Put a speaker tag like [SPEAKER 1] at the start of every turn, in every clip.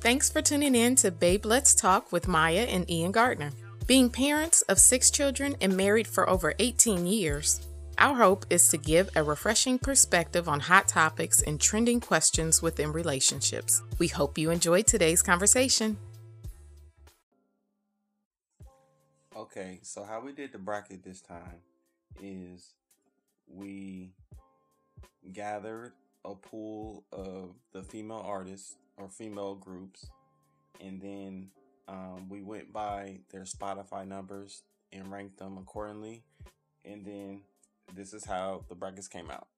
[SPEAKER 1] Thanks for tuning in to Babe Let's Talk with Maya and Ian Gardner. Being parents of six children and married for over 18 years, our hope is to give a refreshing perspective on hot topics and trending questions within relationships. We hope you enjoyed today's conversation.
[SPEAKER 2] Okay, so how we did the bracket this time is we gathered a pool of the female artists or female groups, and then um, we went by their Spotify numbers and ranked them accordingly. And then this is how the brackets came out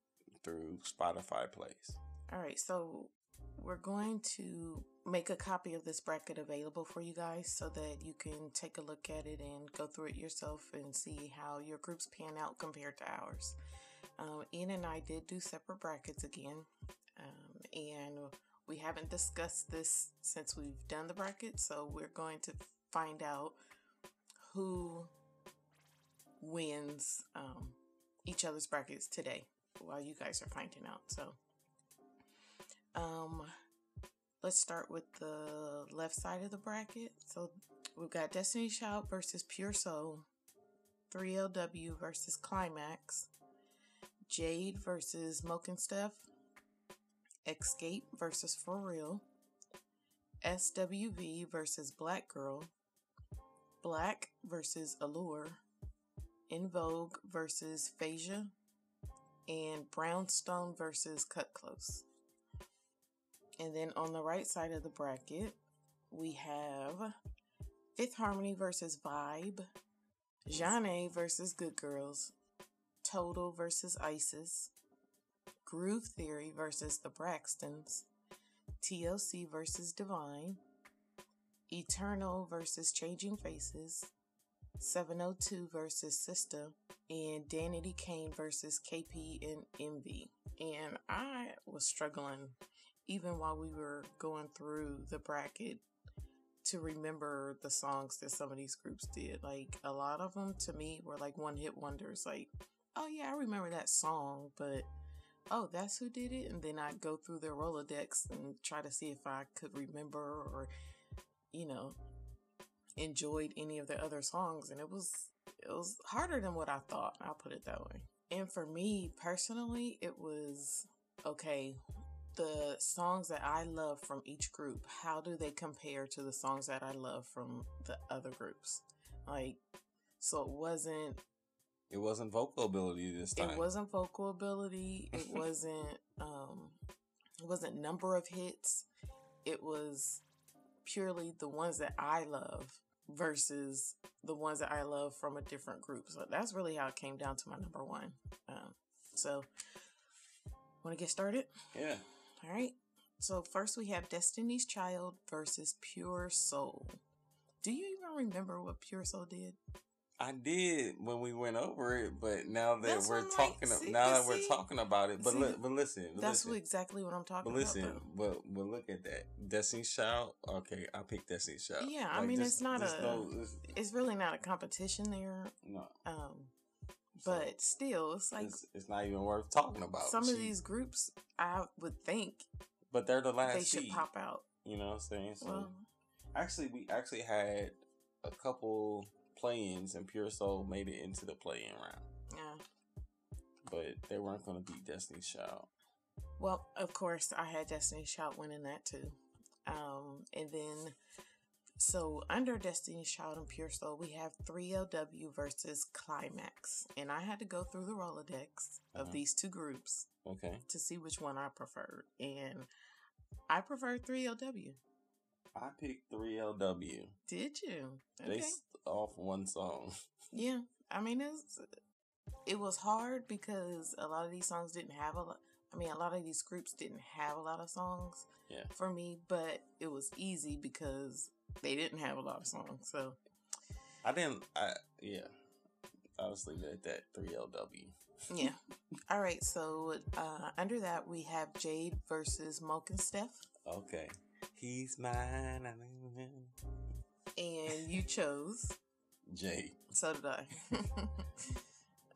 [SPEAKER 2] through Spotify plays.
[SPEAKER 1] All right, so we're going to make a copy of this bracket available for you guys so that you can take a look at it and go through it yourself and see how your groups pan out compared to ours. Um, Ian and I did do separate brackets again, um, and we haven't discussed this since we've done the bracket, so we're going to find out who wins um, each other's brackets today while you guys are finding out. So, um, let's start with the left side of the bracket. So, we've got Destiny Child versus Pure Soul, 3LW versus Climax, Jade versus Moke and Steph. Escape versus For Real, SWV versus Black Girl, Black versus Allure, In Vogue versus Phasia, and Brownstone versus Cut Close. And then on the right side of the bracket, we have Fifth Harmony versus Vibe, Janae versus Good Girls, Total versus Isis, Groove Theory versus the Braxtons, TLC versus Divine, Eternal versus Changing Faces, 702 versus Sister, and Danity Kane versus KP and Envy. And I was struggling even while we were going through the bracket to remember the songs that some of these groups did. Like a lot of them to me were like one hit wonders, like, oh yeah, I remember that song, but oh, that's who did it. And then I'd go through their Rolodex and try to see if I could remember or, you know, enjoyed any of their other songs. And it was, it was harder than what I thought. I'll put it that way. And for me personally, it was okay. The songs that I love from each group, how do they compare to the songs that I love from the other groups? Like, so it wasn't
[SPEAKER 2] It wasn't vocal ability this time.
[SPEAKER 1] it wasn't vocal ability. It wasn't um it wasn't number of hits. It was purely the ones that I love versus the ones that I love from a different group. So that's really how it came down to my number one. Um, so want to get started?
[SPEAKER 2] Yeah.
[SPEAKER 1] All right. So first we have Destiny's Child versus Pure Soul. Do you even remember what Pure Soul did?
[SPEAKER 2] I did when we went over it, but now that
[SPEAKER 1] That's what
[SPEAKER 2] we're
[SPEAKER 1] I'm like,
[SPEAKER 2] talking,
[SPEAKER 1] see-
[SPEAKER 2] now that
[SPEAKER 1] but
[SPEAKER 2] we're
[SPEAKER 1] see-
[SPEAKER 2] talking about it, but
[SPEAKER 1] see,
[SPEAKER 2] li- but listen, but
[SPEAKER 1] That's
[SPEAKER 2] listen,
[SPEAKER 1] what, exactly what I'm talking
[SPEAKER 2] but listen,
[SPEAKER 1] about. though.
[SPEAKER 2] but but look at that, Destiny's Child. Okay, I picked Destiny's Child.
[SPEAKER 1] Yeah, I mean, it's not
[SPEAKER 2] there's
[SPEAKER 1] a-
[SPEAKER 2] no, there's-
[SPEAKER 1] It's really not a competition there.
[SPEAKER 2] no,
[SPEAKER 1] Um,
[SPEAKER 2] So,
[SPEAKER 1] but still, it's like
[SPEAKER 2] it's, it's not even worth talking about.
[SPEAKER 1] some
[SPEAKER 2] She-
[SPEAKER 1] of these groups, I would think
[SPEAKER 2] but they're the last
[SPEAKER 1] they should
[SPEAKER 2] seed,
[SPEAKER 1] pop out.
[SPEAKER 2] You know what I'm saying? So
[SPEAKER 1] Well,
[SPEAKER 2] actually, we actually had a couple play-ins, and Pure Soul made it into the play-in round,
[SPEAKER 1] yeah.
[SPEAKER 2] but they weren't going to beat Destiny's Child.
[SPEAKER 1] Well, of course, I had Destiny's Child winning that too. Um, and then, so under Destiny's Child and Pure Soul, we have 3LW versus Climax. And I had to go through the Rolodex of
[SPEAKER 2] Uh-huh.
[SPEAKER 1] these two groups
[SPEAKER 2] Okay,
[SPEAKER 1] to see which one I preferred. And I preferred 3LW.
[SPEAKER 2] I picked three LW.
[SPEAKER 1] Did you?
[SPEAKER 2] They s- off one song.
[SPEAKER 1] Yeah, I mean it's it was hard because a lot of these songs didn't have a lot. I mean, a lot of these groups didn't have a lot of songs
[SPEAKER 2] Yeah.
[SPEAKER 1] for me, but it was easy because they didn't have a lot of songs. So
[SPEAKER 2] I didn't. I yeah. I was leaving it at that three LW.
[SPEAKER 1] yeah, all right. So uh, under that we have Jade versus Moke and Steph,
[SPEAKER 2] Okay. He's mine. I leave him.
[SPEAKER 1] and you chose.
[SPEAKER 2] Jay.
[SPEAKER 1] So did I.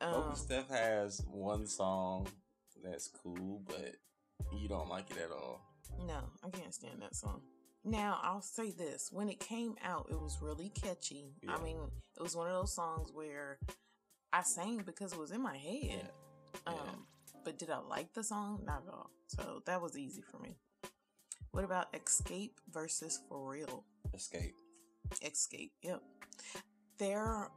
[SPEAKER 2] Open
[SPEAKER 1] um,
[SPEAKER 2] Steph has one song that's cool, but you don't like it at all.
[SPEAKER 1] no, I can't stand that song. Now, I'll say this when it came out, it was really catchy.
[SPEAKER 2] Yeah.
[SPEAKER 1] I mean, it was one of those songs where I sang because it was in my head.
[SPEAKER 2] Yeah.
[SPEAKER 1] Um, but did I like the song? Not at all. So that was easy for me. What about Escape versus For Real?
[SPEAKER 2] Escape.
[SPEAKER 1] Escape, yep. They're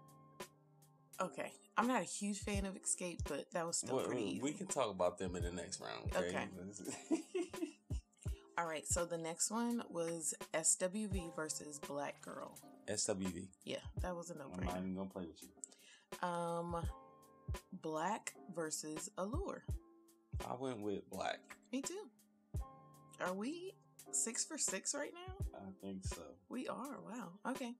[SPEAKER 1] okay. I'm not a huge fan of Escape, but that was still
[SPEAKER 2] Well,
[SPEAKER 1] pretty
[SPEAKER 2] we,
[SPEAKER 1] easy.
[SPEAKER 2] we can talk about them in the next round. Okay.
[SPEAKER 1] All right, so the next one was SWV versus Black Girl.
[SPEAKER 2] SWV.
[SPEAKER 1] Yeah, that was a no
[SPEAKER 2] I'm not
[SPEAKER 1] brainer.
[SPEAKER 2] even gonna play with you.
[SPEAKER 1] Um, Black versus Allure.
[SPEAKER 2] I went with black.
[SPEAKER 1] Me too. Are we six for six right now?
[SPEAKER 2] I think so.
[SPEAKER 1] We are. Wow. Okay.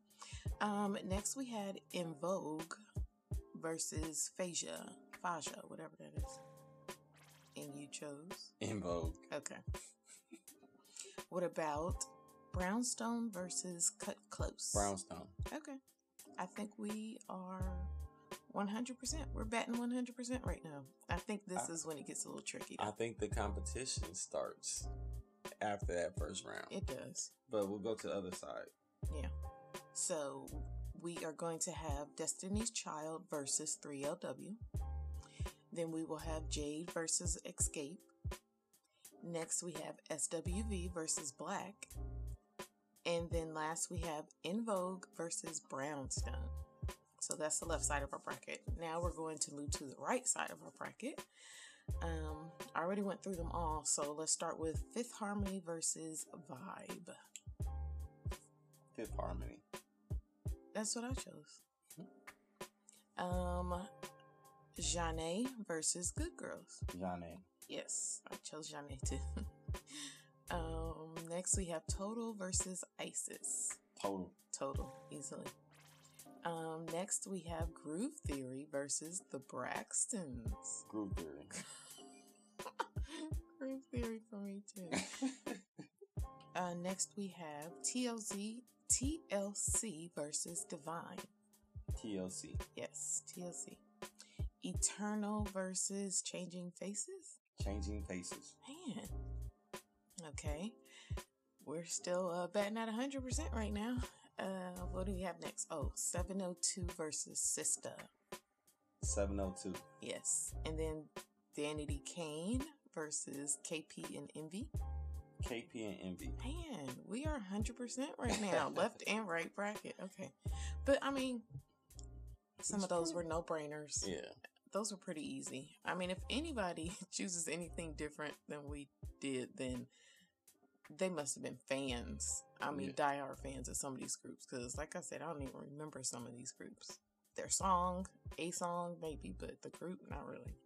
[SPEAKER 1] Um, next we had In Vogue versus Phasia, Faja, whatever that is. And you chose.
[SPEAKER 2] In Vogue.
[SPEAKER 1] Okay. what about Brownstone versus Cut Close?
[SPEAKER 2] Brownstone.
[SPEAKER 1] Okay. I think we are 100%. We're batting 100% right now. I think this
[SPEAKER 2] I-
[SPEAKER 1] is when it gets a little tricky.
[SPEAKER 2] I think the competition starts after that first round.
[SPEAKER 1] it does.
[SPEAKER 2] but we'll go to the other side.
[SPEAKER 1] So we are going to have Destiny's Child versus 3LW. Then we will have Jade versus Escape. Next we have SWV versus Black. And then last we have In Vogue versus Brownstone. So that's the left side of our bracket. Now we're going to move to the right side of our bracket. Um, I already went through them all, so let's start with Fifth Harmony versus Vibe.
[SPEAKER 2] Fifth Harmony.
[SPEAKER 1] That's what I chose. Um, Janae versus Good Girls.
[SPEAKER 2] John
[SPEAKER 1] Yes, I chose Janae too. um, next we have Total versus ISIS.
[SPEAKER 2] Total.
[SPEAKER 1] Total, easily. Um, next we have Groove Theory versus the Braxtons.
[SPEAKER 2] Group Theory.
[SPEAKER 1] Groove Theory for me too. Uh, next we have TLZ, TLC versus Divine.
[SPEAKER 2] TLC.
[SPEAKER 1] Yes, TLC. Eternal versus Changing Faces?
[SPEAKER 2] Changing Faces.
[SPEAKER 1] Man. Okay. We're still uh, batting at 100% right now. Uh, what do we have next? Oh, 702 versus Sister.
[SPEAKER 2] 702.
[SPEAKER 1] Yes. And then Danity Kane versus KP and Envy.
[SPEAKER 2] KP and Envy.
[SPEAKER 1] Man, we are 100% right now. left and right bracket. Okay. But I mean, some
[SPEAKER 2] It's
[SPEAKER 1] of those
[SPEAKER 2] pretty-
[SPEAKER 1] were no brainers.
[SPEAKER 2] Yeah.
[SPEAKER 1] those were pretty easy. I mean, if anybody chooses anything different than we did, then they must have been fans. I mean, diehard fans of some of these groups. Because, like I said, I don't even remember some of these groups. Their song, a song maybe, but the group, not really.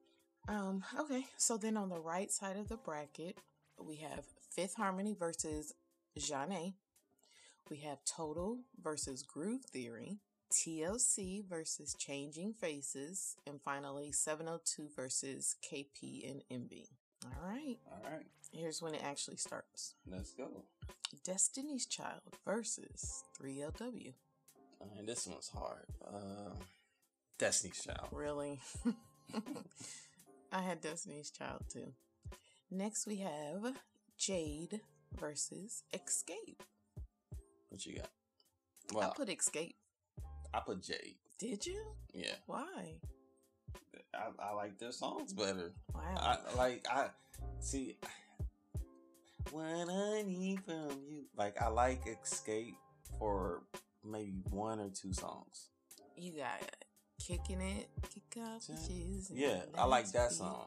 [SPEAKER 1] Um, okay, so then on the right side of the bracket, we have Fifth Harmony versus Janae. We have Total versus Groove Theory. TLC versus Changing Faces, and finally 702 versus KP and MB. All right,
[SPEAKER 2] All right.
[SPEAKER 1] here's when it actually starts
[SPEAKER 2] Let's go.
[SPEAKER 1] Destiny's Child versus 3LW.
[SPEAKER 2] All right, this one's hard. Uh, Destiny's Child.
[SPEAKER 1] Really? I had Destiny's Child too. Next, we have Jade versus Escape.
[SPEAKER 2] What you got?
[SPEAKER 1] I
[SPEAKER 2] Well,
[SPEAKER 1] put Escape.
[SPEAKER 2] I put Jade.
[SPEAKER 1] Did you?
[SPEAKER 2] Yeah.
[SPEAKER 1] Why?
[SPEAKER 2] I, I like their songs better.
[SPEAKER 1] Wow.
[SPEAKER 2] I like I see what I need from you. Like I like Escape for maybe one or two songs.
[SPEAKER 1] you got Kicking It, Kick Up the
[SPEAKER 2] Yeah.
[SPEAKER 1] Shoes. and
[SPEAKER 2] Yeah, I like that
[SPEAKER 1] Nasty.
[SPEAKER 2] song.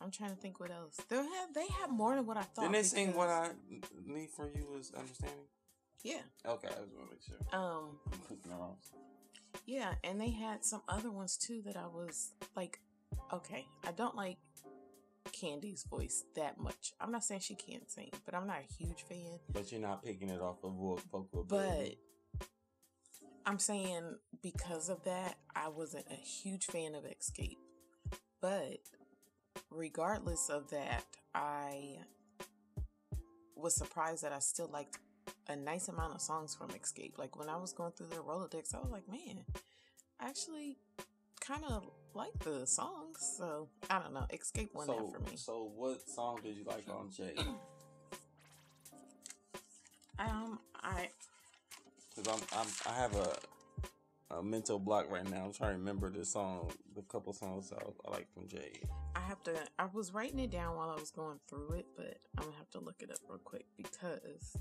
[SPEAKER 1] I'm trying to think what else. They have they have more than what I thought.
[SPEAKER 2] Didn't they sing "What
[SPEAKER 1] because-
[SPEAKER 2] I Need from You Is Understanding"?
[SPEAKER 1] Yeah.
[SPEAKER 2] Okay, I just want to make sure.
[SPEAKER 1] Um
[SPEAKER 2] I'm clicking around.
[SPEAKER 1] yeah, and they had some other ones too that I was like, okay, I don't like Candy's voice that much. I'm not saying she can't sing, but I'm not a huge fan.
[SPEAKER 2] But you're not picking it off of vo- vocal
[SPEAKER 1] But
[SPEAKER 2] ability.
[SPEAKER 1] I'm saying because of that, I wasn't a huge fan of Escape. But regardless of that, I was surprised that I still liked a nice amount of songs from Escape. Like when I was going through their Rolodex, I was like, man, I actually kind of like the songs. So I don't know. Escape won
[SPEAKER 2] so,
[SPEAKER 1] that for me.
[SPEAKER 2] so what song did you like on Jay?
[SPEAKER 1] Um,
[SPEAKER 2] I'm, I'm I have a a mental block right now. I'm trying to remember the song, the couple songs I, I like from Jade.
[SPEAKER 1] I have to. I was writing it down while I was going through it, but I'm gonna have to look it up real quick because.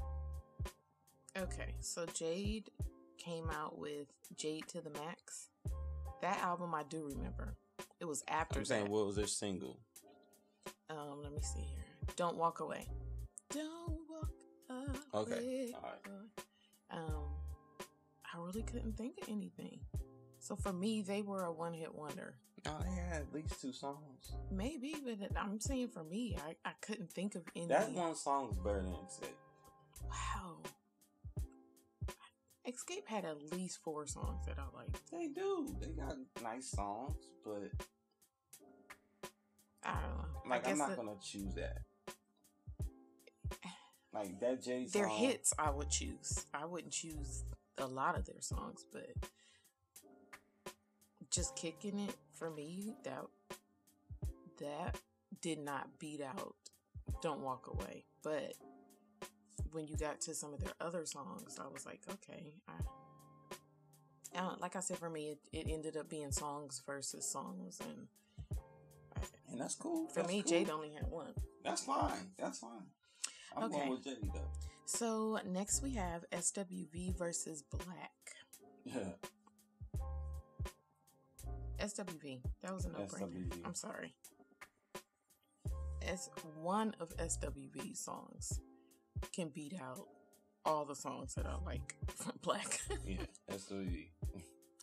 [SPEAKER 1] Okay, so Jade came out with Jade to the Max. That album I do remember. It was after
[SPEAKER 2] I'm saying
[SPEAKER 1] that.
[SPEAKER 2] what was their single?
[SPEAKER 1] um, let me see here. Don't walk away. Don't walk away.
[SPEAKER 2] Okay, all right.
[SPEAKER 1] Um, I really couldn't think of anything. So for me, they were a one-hit wonder.
[SPEAKER 2] Oh, they had at least two songs.
[SPEAKER 1] Maybe, but it- I'm saying for me, I, I couldn't think of any.
[SPEAKER 2] That one song is better than Exit.
[SPEAKER 1] Wow. Escape had at least four songs that I liked.
[SPEAKER 2] They do. They got nice songs, but
[SPEAKER 1] I don't know.
[SPEAKER 2] like
[SPEAKER 1] I guess
[SPEAKER 2] I'm not
[SPEAKER 1] the-
[SPEAKER 2] gonna choose that. Like that Jay song.
[SPEAKER 1] their hits I would choose. I wouldn't choose a lot of their songs, but just kicking it for me that that did not beat out Don't Walk Away. But when you got to some of their other songs, I was like, okay, I, I don't, like I said, for me, it, it ended up being songs versus songs, and
[SPEAKER 2] and that's cool.
[SPEAKER 1] for
[SPEAKER 2] that's
[SPEAKER 1] me,
[SPEAKER 2] cool.
[SPEAKER 1] Jade only had one.
[SPEAKER 2] That's fine. That's fine. I'm
[SPEAKER 1] Okay.
[SPEAKER 2] going with Jade though.
[SPEAKER 1] So next we have SWV versus Black.
[SPEAKER 2] Yeah.
[SPEAKER 1] SWV. That was a no brainer.
[SPEAKER 2] SWV.
[SPEAKER 1] I'm sorry. It's one of SWV's songs can beat out all the songs that I like from Black.
[SPEAKER 2] Yeah. E. That's the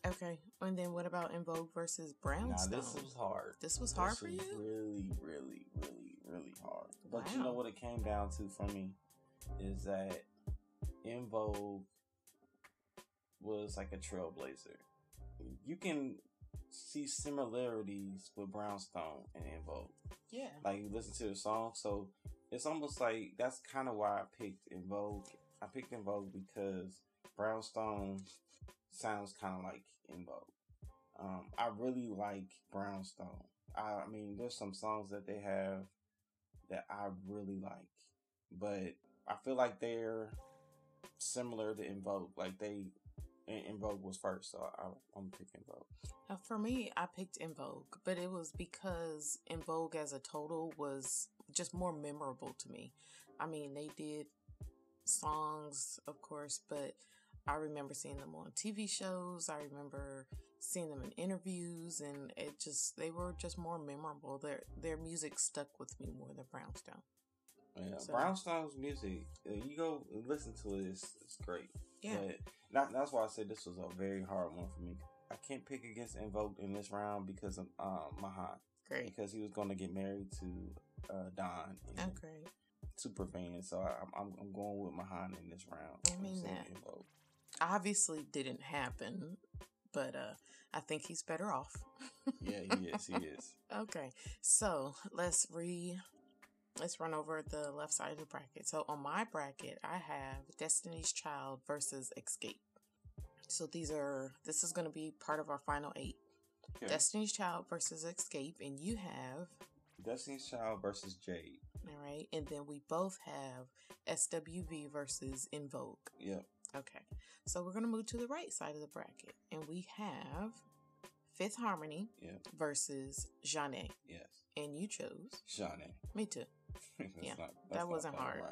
[SPEAKER 1] okay. And then what about In Vogue versus
[SPEAKER 2] Now
[SPEAKER 1] Brownstone?
[SPEAKER 2] this was hard.
[SPEAKER 1] This was hard
[SPEAKER 2] This
[SPEAKER 1] for
[SPEAKER 2] was
[SPEAKER 1] you?
[SPEAKER 2] Really, really, really, really hard. But you
[SPEAKER 1] Wow.
[SPEAKER 2] know what it came down to for me is that In Vogue was like a trailblazer. You can see similarities with Brownstone and In Vogue.
[SPEAKER 1] yeah.
[SPEAKER 2] Like you listen to the song, so it's almost like that's kind of why I picked In Vogue. I picked In Vogue because Brownstone sounds kind of like In Vogue. Um, I really like Brownstone. I, I mean, there's some songs that they have that I really like, but I feel like they're similar to In Vogue. Like they, In, In Vogue was first, so I, I'm picking Vogue.
[SPEAKER 1] Uh, For me, I picked In Vogue, but it was because In Vogue as a total was just more memorable to me. I mean, they did songs, of course, but I remember seeing them on TV shows. I remember seeing them in interviews, and it just they were just more memorable. Their their music stuck with me more than Brownstone.
[SPEAKER 2] Yeah,
[SPEAKER 1] So-
[SPEAKER 2] Brownstone's music, uh, you go and listen to it, it's, it's great. But that, that's why I said this was a very hard one for me. I can't pick against Invoke in this round because of um, Mahan.
[SPEAKER 1] great.
[SPEAKER 2] Because he was going to get married to uh, Don and
[SPEAKER 1] Okay.
[SPEAKER 2] Superfan. So I, I'm- I'm, I'm going with Mahan in this round.
[SPEAKER 1] I mean
[SPEAKER 2] instead of
[SPEAKER 1] that.
[SPEAKER 2] Invoke.
[SPEAKER 1] Obviously, didn't happen, but uh, I think he's better off.
[SPEAKER 2] Yeah, he is. He is.
[SPEAKER 1] Okay, so let's re let's run over the left side of the bracket. So on my bracket, I have Destiny's Child versus Escape. So these are this is going to be part of our final eight.
[SPEAKER 2] Okay.
[SPEAKER 1] Destiny's Child versus Escape, and you have
[SPEAKER 2] Destiny's Child versus Jade.
[SPEAKER 1] all right, and then we both have SWV versus In Vogue.
[SPEAKER 2] Yep.
[SPEAKER 1] Okay, so we're going to move to the right side of the bracket, and we have Fifth Harmony
[SPEAKER 2] Yep.
[SPEAKER 1] versus Jeanne,
[SPEAKER 2] Yes.
[SPEAKER 1] and you chose
[SPEAKER 2] Shawnee.
[SPEAKER 1] me too. Yeah, that wasn't hard.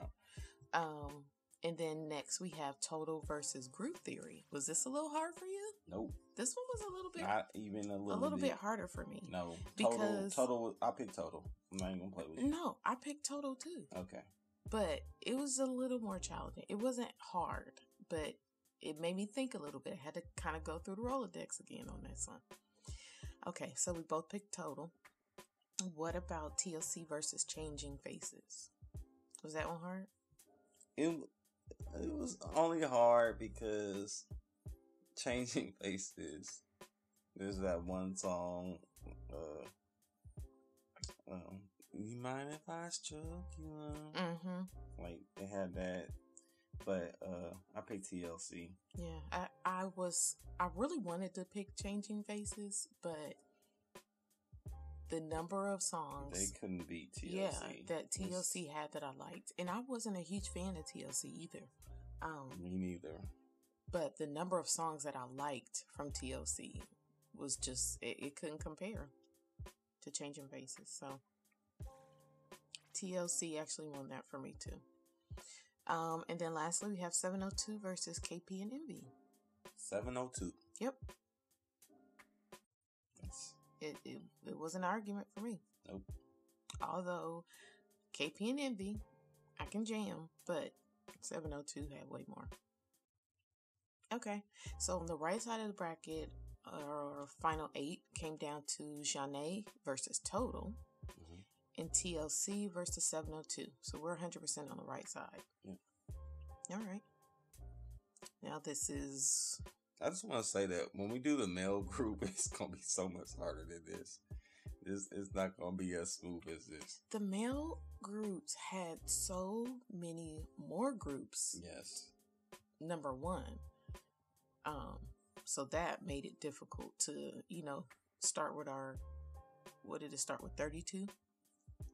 [SPEAKER 1] Um, and then next we have Total versus Group Theory. Was this a little hard for you?
[SPEAKER 2] Nope.
[SPEAKER 1] This one was a little bit
[SPEAKER 2] Not even a little.
[SPEAKER 1] a little bit.
[SPEAKER 2] bit.
[SPEAKER 1] harder for me.
[SPEAKER 2] No. Total.
[SPEAKER 1] Because-
[SPEAKER 2] Total. I picked total. I'm not even gonna play with you.
[SPEAKER 1] No, I picked Total too,
[SPEAKER 2] Okay.
[SPEAKER 1] but it was a little more challenging. It wasn't hard, but it made me think a little bit. I had to kind of go through the Rolodex again on this one. Okay, so we both picked Total. What about TLC versus Changing Faces? Was that one hard?
[SPEAKER 2] it it was only hard because changing faces. There's that one song. Uh, um, you mind if I stroke you? Love?"
[SPEAKER 1] Mm-hmm.
[SPEAKER 2] Like they had that, but uh, I picked TLC.
[SPEAKER 1] Yeah, I, I was I really wanted to pick Changing Faces, but the number of
[SPEAKER 2] They
[SPEAKER 1] songs
[SPEAKER 2] couldn't beat TLC.
[SPEAKER 1] yeah that TLC
[SPEAKER 2] It's-
[SPEAKER 1] had that I liked. And I wasn't a huge fan of TLC either. Um
[SPEAKER 2] Me neither.
[SPEAKER 1] But the number of songs that I liked from TLC was just, it, it couldn't compare to Changing Faces. So TLC actually won that for me too. Um, and then lastly, we have 702 versus KP and Envy.
[SPEAKER 2] 702.
[SPEAKER 1] Yep.
[SPEAKER 2] That's,
[SPEAKER 1] It, it, it was an argument for me.
[SPEAKER 2] Nope.
[SPEAKER 1] Although KP and Envy, I can jam, but 702 had way more. Okay, so on the right side of the bracket, our final eight came down to Janae versus Total
[SPEAKER 2] Mhm.
[SPEAKER 1] and TLC versus 702. So we're 100% on the right side.
[SPEAKER 2] Yep.
[SPEAKER 1] All right. Now this is
[SPEAKER 2] I just want to say that when we do the male group, it's going to be so much harder than this. This it's not going to be as smooth as this.
[SPEAKER 1] the male groups had so many more groups
[SPEAKER 2] Yes.
[SPEAKER 1] number one. Um, so that made it difficult to, you know, start with our what did it start with? Thirty two?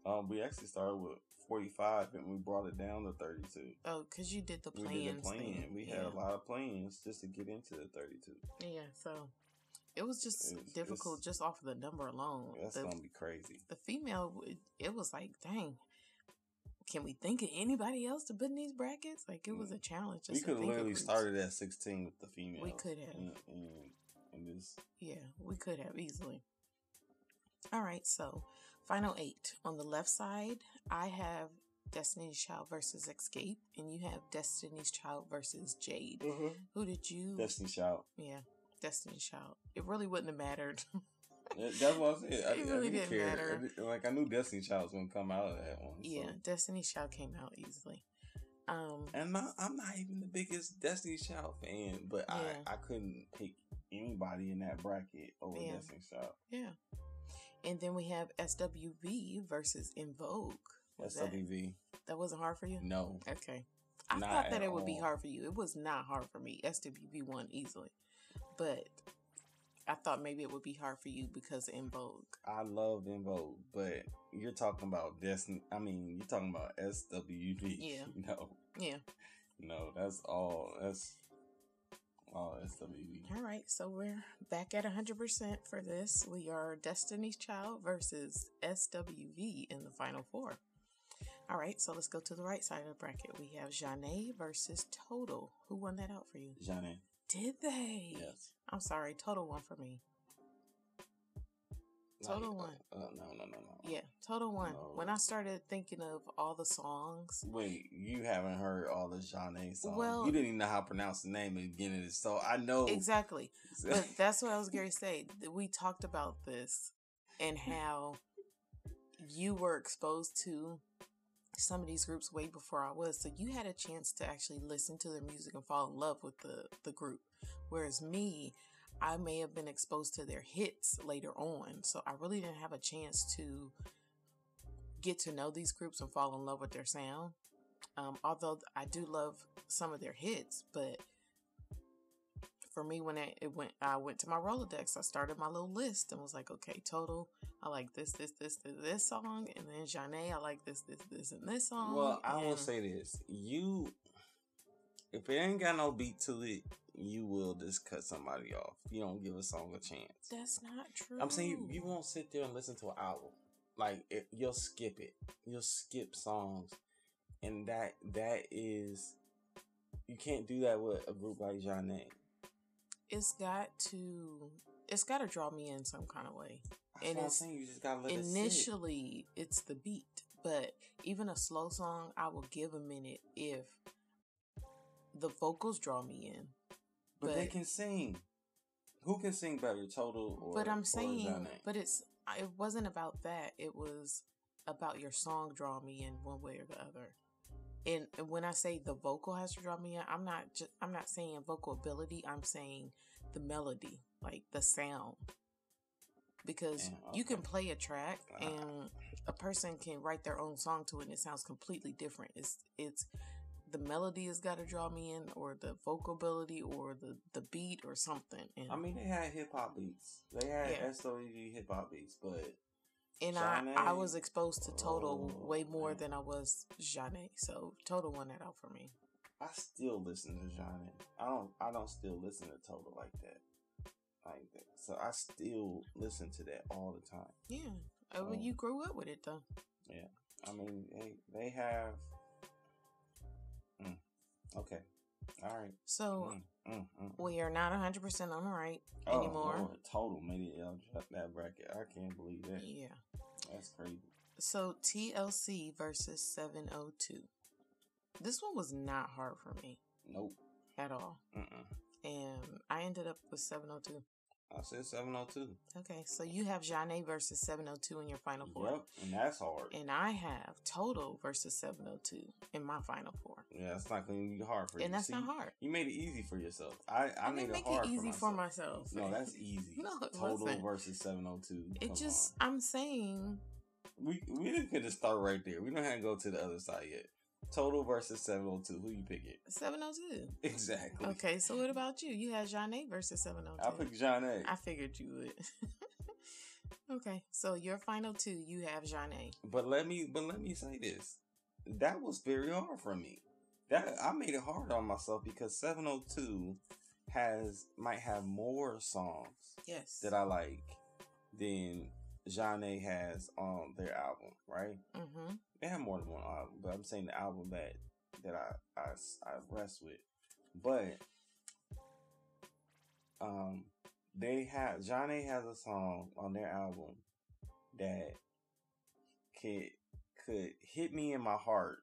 [SPEAKER 2] Um, we actually started with 45 and we brought it down to 32.
[SPEAKER 1] Oh, because you did the plans.
[SPEAKER 2] we did a plan.
[SPEAKER 1] thing.
[SPEAKER 2] We
[SPEAKER 1] yeah.
[SPEAKER 2] had a lot of plans just to get into the 32.
[SPEAKER 1] Yeah, so it was just
[SPEAKER 2] It's-
[SPEAKER 1] difficult
[SPEAKER 2] it's-
[SPEAKER 1] just off of the number alone.
[SPEAKER 2] That's
[SPEAKER 1] the,
[SPEAKER 2] going to be crazy.
[SPEAKER 1] the female, would- it was like, dang, can we think of anybody else to put in these brackets? Like it was
[SPEAKER 2] Yeah.
[SPEAKER 1] a challenge.
[SPEAKER 2] Mm. we
[SPEAKER 1] just to
[SPEAKER 2] could have
[SPEAKER 1] think of
[SPEAKER 2] literally
[SPEAKER 1] groups.
[SPEAKER 2] started at 16 with the female.
[SPEAKER 1] We could have.
[SPEAKER 2] And, and, and this,
[SPEAKER 1] Yeah, we could have easily. All right, so final eight. On the left side, I have Destiny's Child versus Escape, and you have Destiny's Child versus Jade. Who did you?
[SPEAKER 2] Destiny Child.
[SPEAKER 1] yeah, Destiny's Child. It really wouldn't have mattered.
[SPEAKER 2] That- That's what I'm saying. I,
[SPEAKER 1] It
[SPEAKER 2] didn't- I
[SPEAKER 1] really
[SPEAKER 2] didn't
[SPEAKER 1] didn't
[SPEAKER 2] care.
[SPEAKER 1] matter.
[SPEAKER 2] I didn't- like, I knew Destiny Child was going to come out of that one. so.
[SPEAKER 1] yeah, Destiny's Child came out easily. Um,
[SPEAKER 2] And my, I'm not even the biggest Destiny Child fan, but
[SPEAKER 1] Yeah.
[SPEAKER 2] I, I couldn't pick anybody in that bracket over
[SPEAKER 1] Yeah.
[SPEAKER 2] Destiny Child.
[SPEAKER 1] yeah. And then we have SWV versus In Vogue. Was
[SPEAKER 2] That's
[SPEAKER 1] that,
[SPEAKER 2] WV.
[SPEAKER 1] that wasn't hard for you?
[SPEAKER 2] No.
[SPEAKER 1] Okay. I
[SPEAKER 2] Not
[SPEAKER 1] thought that
[SPEAKER 2] at
[SPEAKER 1] it would be
[SPEAKER 2] all.
[SPEAKER 1] hard for you. It was not hard for me. SWV won easily. But I thought maybe it would be hard for you because in Vogue.
[SPEAKER 2] I love In Vogue, but you're talking about Destiny. I mean, you're talking about SWV.
[SPEAKER 1] Yeah.
[SPEAKER 2] No,
[SPEAKER 1] Yeah.
[SPEAKER 2] no, that's all. That's all SWV.
[SPEAKER 1] All right. So we're back at 100% for this. We are Destiny's Child versus SWV in the final four. All right. So let's go to the right side of the bracket. We have Janae versus Total. Who won that out for you?
[SPEAKER 2] Johnny.
[SPEAKER 1] Did they?
[SPEAKER 2] Yes.
[SPEAKER 1] I'm sorry. Total won for me. Total
[SPEAKER 2] Like,
[SPEAKER 1] one.
[SPEAKER 2] Uh, uh, no, no, no, no.
[SPEAKER 1] Yeah, total one.
[SPEAKER 2] No.
[SPEAKER 1] When I started thinking of all the songs,
[SPEAKER 2] Wait, you haven't heard all the Johnny songs.
[SPEAKER 1] Well-
[SPEAKER 2] you didn't even know how to pronounce the name at the beginning of this, so I know.
[SPEAKER 1] exactly. But that's what I was going to say. That We talked about this and how you were exposed to some of these groups way before I was, so you had a chance to actually listen to their music and fall in love with the the group. Whereas me, I may have been exposed to their hits later on, so I really didn't have a chance to get to know these groups and fall in love with their sound. Um, although I do love some of their hits, but for me, when it, it went, I went to my Rolodex. I started my little list and was like, okay, total, I like this, this, this, this, this song, and then Janae, I like this, this, this, and this song.
[SPEAKER 2] well, I will
[SPEAKER 1] and-
[SPEAKER 2] say this: you, if it ain't got no beat to it, you will just cut somebody off. You don't give a song a chance.
[SPEAKER 1] that's not true.
[SPEAKER 2] I'm saying you, you won't sit there and listen to an album. Like it, you'll skip it. You'll skip songs, and that that is you can't do that with a group like Janae.
[SPEAKER 1] It's got to, it's got to draw me in some kind of way.
[SPEAKER 2] That's
[SPEAKER 1] And
[SPEAKER 2] what I'm
[SPEAKER 1] it's
[SPEAKER 2] saying. You just gotta let it sit.
[SPEAKER 1] initially it's the beat but even a slow song i will give a minute if the vocals draw me in
[SPEAKER 2] But, they
[SPEAKER 1] but-
[SPEAKER 2] can sing. Who can sing better, Total or
[SPEAKER 1] but i'm
[SPEAKER 2] or
[SPEAKER 1] saying
[SPEAKER 2] Janae?
[SPEAKER 1] but it's it wasn't about that it was about your song drawing me in one way or the other and and when i say the vocal has to draw me in i'm not just i'm not saying vocal ability i'm saying the melody like the sound because
[SPEAKER 2] Yeah,
[SPEAKER 1] you can
[SPEAKER 2] okay.
[SPEAKER 1] play a track
[SPEAKER 2] Ah.
[SPEAKER 1] and a person can write their own song to it and it sounds completely different it's it's the melody has got to draw me in or the vocal ability or the the beat or something and
[SPEAKER 2] I mean, they had hip hop beats. They had
[SPEAKER 1] Yeah.
[SPEAKER 2] SWG hip hop beats, but
[SPEAKER 1] And I,
[SPEAKER 2] Janae.
[SPEAKER 1] I was exposed to Total
[SPEAKER 2] Oh,
[SPEAKER 1] way more
[SPEAKER 2] man.
[SPEAKER 1] than I was Janae. So Total won that out for me.
[SPEAKER 2] I still listen to Johnny. I don't. I don't still listen to Total like that. Like that. So I still listen to that all the time.
[SPEAKER 1] Yeah. Oh, well,
[SPEAKER 2] Oh.
[SPEAKER 1] you grew up with it though.
[SPEAKER 2] I mean, they they have. Mm. Okay. All right.
[SPEAKER 1] So
[SPEAKER 2] Mm, mm, mm.
[SPEAKER 1] we are not 100% on the right
[SPEAKER 2] Oh,
[SPEAKER 1] anymore.
[SPEAKER 2] Lord, total made it out of that bracket. I can't believe that.
[SPEAKER 1] Yeah.
[SPEAKER 2] That's crazy.
[SPEAKER 1] So TLC versus 702. This one was not hard for me
[SPEAKER 2] Nope.
[SPEAKER 1] at all.
[SPEAKER 2] Mm-mm.
[SPEAKER 1] And I ended up with 702.
[SPEAKER 2] I said seven oh two.
[SPEAKER 1] Okay, so you have Janae versus 702 in your final four.
[SPEAKER 2] Yep, and that's hard.
[SPEAKER 1] And I have Total versus 702 in my final four.
[SPEAKER 2] yeah, it's not going to be hard for you.
[SPEAKER 1] And that's
[SPEAKER 2] See,
[SPEAKER 1] not hard.
[SPEAKER 2] You made it easy for yourself. I I,
[SPEAKER 1] I
[SPEAKER 2] made
[SPEAKER 1] didn't make
[SPEAKER 2] it hard
[SPEAKER 1] it easy
[SPEAKER 2] for
[SPEAKER 1] for
[SPEAKER 2] myself.
[SPEAKER 1] myself.
[SPEAKER 2] No, that's easy.
[SPEAKER 1] No, it
[SPEAKER 2] total
[SPEAKER 1] wasn't.
[SPEAKER 2] versus seven oh two.
[SPEAKER 1] It just, I'm saying,
[SPEAKER 2] we we didn't get to start right there. We don't have to go to the other side yet. Total versus seven oh two. Who you pick it?
[SPEAKER 1] 702.
[SPEAKER 2] Exactly.
[SPEAKER 1] Okay, so what about you? You had Janae versus 702.
[SPEAKER 2] I pick John A.
[SPEAKER 1] I figured you would. okay, so your final two, you have Janae.
[SPEAKER 2] But let me but let me say this. That was very hard for me. That I made it hard on myself because 702 has might have more songs
[SPEAKER 1] Yes.
[SPEAKER 2] that I like than Janae has on their album, right?
[SPEAKER 1] Mm-hmm.
[SPEAKER 2] They have more than one album, but I'm saying the album that that I I, I rest with. But um they have Johnny has a song on their album that could could hit me in my heart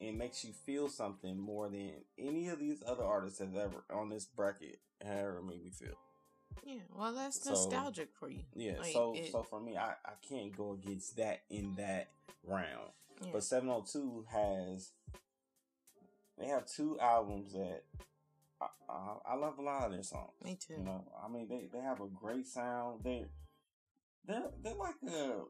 [SPEAKER 2] and makes you feel something more than any of these other artists have ever on this bracket have ever made me feel.
[SPEAKER 1] Yeah. Well, that's
[SPEAKER 2] So-
[SPEAKER 1] nostalgic for you.
[SPEAKER 2] Yeah,
[SPEAKER 1] Like,
[SPEAKER 2] so
[SPEAKER 1] it-
[SPEAKER 2] so for me I, I can't go against that in that round.
[SPEAKER 1] yeah.
[SPEAKER 2] But 702 has they have two albums that I, I, I love a lot of their songs.
[SPEAKER 1] Me too.
[SPEAKER 2] You know, I mean they, they have a great sound. They they're they're like a, a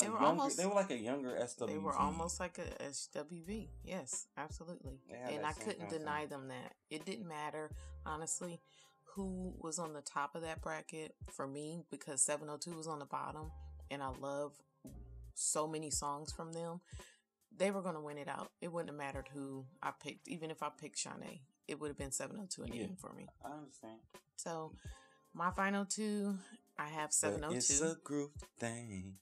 [SPEAKER 1] They were
[SPEAKER 2] younger,
[SPEAKER 1] almost-
[SPEAKER 2] they were like a younger SWV.
[SPEAKER 1] They were almost like a SWV. Yes, absolutely.
[SPEAKER 2] They had
[SPEAKER 1] And
[SPEAKER 2] that
[SPEAKER 1] I
[SPEAKER 2] same
[SPEAKER 1] couldn't
[SPEAKER 2] kind of
[SPEAKER 1] deny
[SPEAKER 2] thing.
[SPEAKER 1] them that. It didn't matter, honestly, who was on the top of that bracket for me because 702 was on the bottom and I love so many songs from them. They were going to win it out. It wouldn't have mattered who I picked. Even if I picked Shanae, it would have been 702 in the
[SPEAKER 2] Yeah.
[SPEAKER 1] end for me.
[SPEAKER 2] I understand.
[SPEAKER 1] So my final two, I have
[SPEAKER 2] But It's
[SPEAKER 1] 702.
[SPEAKER 2] a group thing.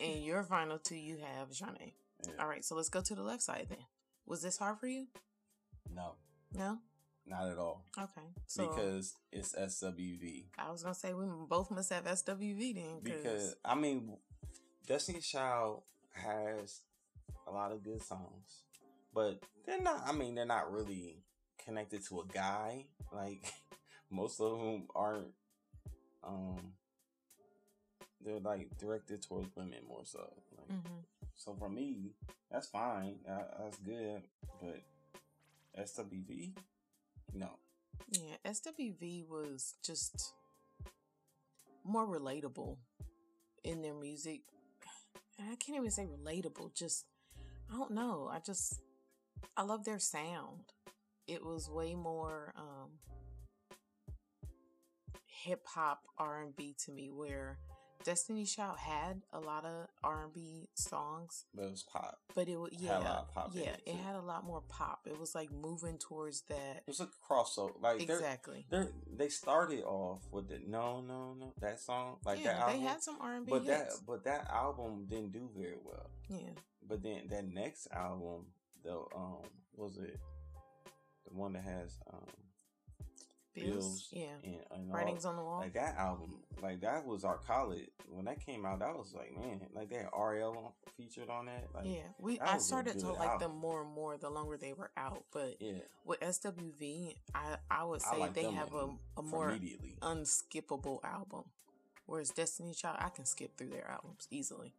[SPEAKER 1] and your final two, you have Shanae.
[SPEAKER 2] Yeah.
[SPEAKER 1] All right, so let's go to the left side then. Was this hard for you?
[SPEAKER 2] No,
[SPEAKER 1] No?
[SPEAKER 2] not at all.
[SPEAKER 1] Okay. So
[SPEAKER 2] because it's SWV.
[SPEAKER 1] I was going to say we both must have SWV then.
[SPEAKER 2] Because I mean, Destiny's Child has a lot of good songs, but they're not. I mean, they're not really connected to a guy. Like most of them aren't. Um, they're like directed towards women more so. Like,
[SPEAKER 1] Mhm.
[SPEAKER 2] So for me, that's fine. Uh, that's good. But SWV, no.
[SPEAKER 1] Yeah, SWV was just more relatable in their music. And I can't even say relatable, just I don't know. I just I love their sound. It was way more um hip hop R and B to me where Destiny Child had a lot of R and B songs,
[SPEAKER 2] But it was pop.
[SPEAKER 1] but it was
[SPEAKER 2] Had a
[SPEAKER 1] yeah,
[SPEAKER 2] lot of pop in
[SPEAKER 1] yeah,
[SPEAKER 2] it,
[SPEAKER 1] it
[SPEAKER 2] too.
[SPEAKER 1] had a lot more pop. It was like moving towards that
[SPEAKER 2] It was a crossover. Like they're
[SPEAKER 1] exactly.
[SPEAKER 2] they they started off with the no no no that song like
[SPEAKER 1] yeah,
[SPEAKER 2] that album,
[SPEAKER 1] they had some R and B
[SPEAKER 2] but
[SPEAKER 1] hits.
[SPEAKER 2] that but that album didn't do very well.
[SPEAKER 1] yeah,
[SPEAKER 2] But then that next album, the um, was it the one that has um
[SPEAKER 1] Bills.
[SPEAKER 2] Bills.
[SPEAKER 1] Yeah,
[SPEAKER 2] and, and all-
[SPEAKER 1] writings on the wall.
[SPEAKER 2] like that album, like that was our college when that came out. That was like man, like they had RL on- featured on that. Like,
[SPEAKER 1] yeah, we
[SPEAKER 2] that
[SPEAKER 1] I
[SPEAKER 2] was a
[SPEAKER 1] started to
[SPEAKER 2] good
[SPEAKER 1] like
[SPEAKER 2] album.
[SPEAKER 1] them more and more the longer they were out. But
[SPEAKER 2] yeah,
[SPEAKER 1] with SWV, I I would
[SPEAKER 2] I
[SPEAKER 1] say
[SPEAKER 2] like
[SPEAKER 1] they
[SPEAKER 2] them
[SPEAKER 1] have a,
[SPEAKER 2] in-
[SPEAKER 1] a
[SPEAKER 2] from
[SPEAKER 1] more
[SPEAKER 2] immediately.
[SPEAKER 1] unskippable album. Whereas Destiny Child, I can skip through their albums easily.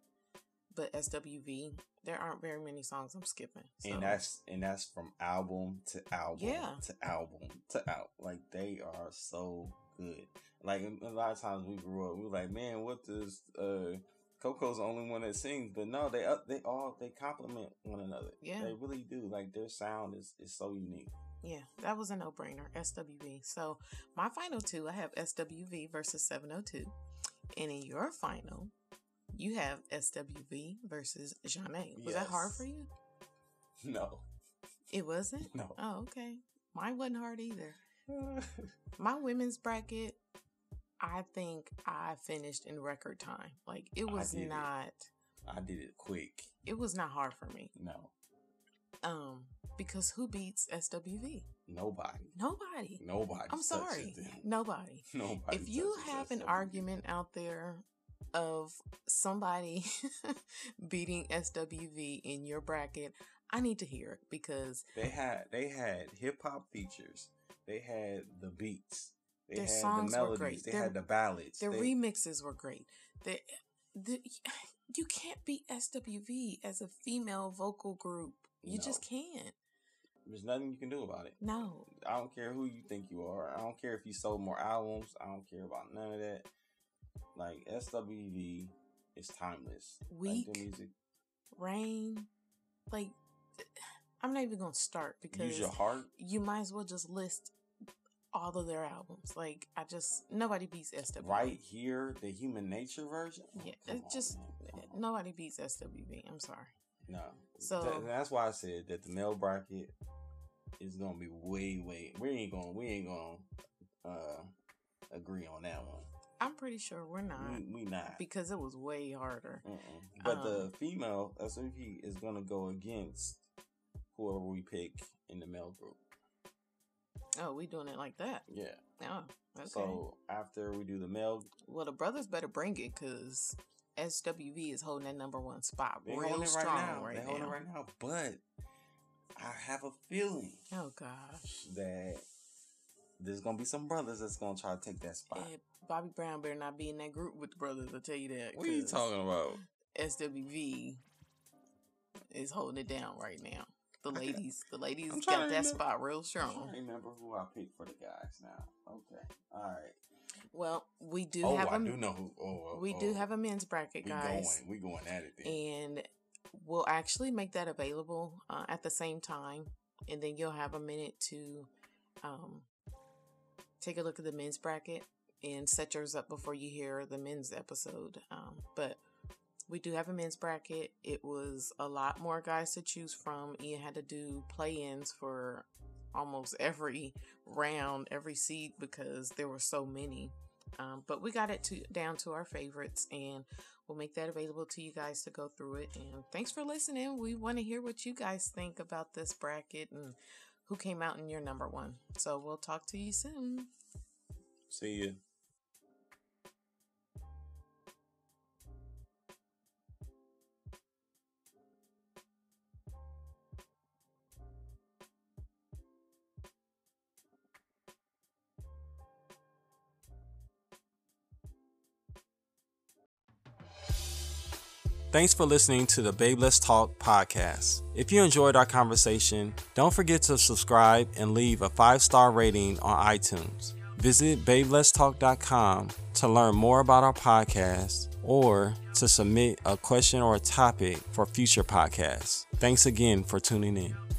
[SPEAKER 1] But SWV, there aren't very many songs I'm skipping. So.
[SPEAKER 2] and that's and that's from album to album
[SPEAKER 1] Yeah.
[SPEAKER 2] to album to out. Like they are so good. Like a lot of times we grew up, we were like, man, what does uh, Coco's the only one that sings? But no, they up- they all they complement one another.
[SPEAKER 1] Yeah.
[SPEAKER 2] they really do. Like their sound is is so unique.
[SPEAKER 1] Yeah, that was a no brainer. SWV. So my final oh two, I have SWV versus 702, And in your final, you have SWV versus Jeanne. Was that
[SPEAKER 2] Yes.
[SPEAKER 1] hard for you?
[SPEAKER 2] No.
[SPEAKER 1] It wasn't?
[SPEAKER 2] No.
[SPEAKER 1] Oh, okay. Mine wasn't hard either. Uh, My women's bracket, I think I finished in record time. Like it
[SPEAKER 2] I
[SPEAKER 1] was
[SPEAKER 2] did it.
[SPEAKER 1] not
[SPEAKER 2] I did it quick.
[SPEAKER 1] it was not hard for me.
[SPEAKER 2] No.
[SPEAKER 1] Um, because who beats SWV?
[SPEAKER 2] Nobody.
[SPEAKER 1] Nobody.
[SPEAKER 2] Nobody.
[SPEAKER 1] I'm
[SPEAKER 2] touches
[SPEAKER 1] sorry.
[SPEAKER 2] them.
[SPEAKER 1] Nobody.
[SPEAKER 2] Nobody.
[SPEAKER 1] if you
[SPEAKER 2] touches
[SPEAKER 1] have
[SPEAKER 2] that
[SPEAKER 1] an
[SPEAKER 2] stuff.
[SPEAKER 1] argument out there of somebody beating SWV in your bracket, I need to hear it because
[SPEAKER 2] they had they had hip hop features. They had the beats. They
[SPEAKER 1] Their
[SPEAKER 2] had
[SPEAKER 1] songs
[SPEAKER 2] the
[SPEAKER 1] were
[SPEAKER 2] melodies.
[SPEAKER 1] great.
[SPEAKER 2] They
[SPEAKER 1] Their-
[SPEAKER 2] had the ballads.
[SPEAKER 1] their
[SPEAKER 2] they,
[SPEAKER 1] remixes were great. The, the, you can't beat SWV as a female vocal group. You
[SPEAKER 2] No.
[SPEAKER 1] just can't.
[SPEAKER 2] there's nothing you can do about it.
[SPEAKER 1] No.
[SPEAKER 2] I don't care who you think you are. I don't care if you sold more albums. I don't care about none of that. Like SWV is timeless. Like
[SPEAKER 1] Weak.
[SPEAKER 2] the music.
[SPEAKER 1] Rain. Like, I'm not even going to start because
[SPEAKER 2] Use your heart.
[SPEAKER 1] you might as well just list all of their albums. Like, I just, nobody beats SWV.
[SPEAKER 2] Right here, the human nature version. Oh,
[SPEAKER 1] Yeah,
[SPEAKER 2] come
[SPEAKER 1] it
[SPEAKER 2] on,
[SPEAKER 1] just-
[SPEAKER 2] man, come on.
[SPEAKER 1] Nobody beats SWV. I'm sorry.
[SPEAKER 2] no.
[SPEAKER 1] So-
[SPEAKER 2] Th- that's why I said that the male bracket is gonna be way, way. We ain't gonna, we ain't gonna uh, agree on that one.
[SPEAKER 1] I'm pretty sure we're not
[SPEAKER 2] we, we not.
[SPEAKER 1] because it was way harder.
[SPEAKER 2] Mm-mm. But
[SPEAKER 1] Um,
[SPEAKER 2] the female SVP is gonna go against whoever we pick in the male group.
[SPEAKER 1] Oh, we doing it like that?
[SPEAKER 2] Yeah.
[SPEAKER 1] Oh, okay.
[SPEAKER 2] So after we do the male,
[SPEAKER 1] well, the brothers better bring it because SWV is holding that number one spot
[SPEAKER 2] they
[SPEAKER 1] real
[SPEAKER 2] holding it right
[SPEAKER 1] strong
[SPEAKER 2] now.
[SPEAKER 1] right
[SPEAKER 2] they
[SPEAKER 1] now.
[SPEAKER 2] holding it right now. But I have a feeling
[SPEAKER 1] Oh gosh,
[SPEAKER 2] that there's gonna be some brothers that's gonna try to take that spot.
[SPEAKER 1] And Bobby Brown better not be in that group with the brothers. I tell you that.
[SPEAKER 2] What are you
[SPEAKER 1] 'cause
[SPEAKER 2] talking about?
[SPEAKER 1] SWV is holding it down right now. The
[SPEAKER 2] got-
[SPEAKER 1] ladies, the ladies
[SPEAKER 2] I'm trying
[SPEAKER 1] got
[SPEAKER 2] to
[SPEAKER 1] that
[SPEAKER 2] remember-
[SPEAKER 1] spot real
[SPEAKER 2] I don't
[SPEAKER 1] strong.
[SPEAKER 2] remember who I picked for the guys now. Okay, all right.
[SPEAKER 1] Well, we do
[SPEAKER 2] oh,
[SPEAKER 1] have
[SPEAKER 2] I
[SPEAKER 1] a
[SPEAKER 2] do know who. Oh, oh,
[SPEAKER 1] we
[SPEAKER 2] oh.
[SPEAKER 1] do have a men's bracket,
[SPEAKER 2] We
[SPEAKER 1] guys.
[SPEAKER 2] going. We going at it then.
[SPEAKER 1] and we'll actually make that available uh, at the same time and then you'll have a minute to um, take a look at the men's bracket and set yours up before you hear the men's episode um, but we do have a men's bracket it was a lot more guys to choose from ian had to do play-ins for almost every round every seed because there were so many um, but we got it to down to our favorites and We'll make that available to you guys to go through it. And thanks for listening. We want to hear what you guys think about this bracket and who came out in your number one. So we'll talk to you soon.
[SPEAKER 2] See you. Thanks for listening to the Babe Let's Talk podcast. If you enjoyed our conversation, don't forget to subscribe and leave a five star rating on iTunes. Visit babeletstalk.com to learn more about our podcast or to submit a question or a topic for future podcasts. Thanks again for tuning in.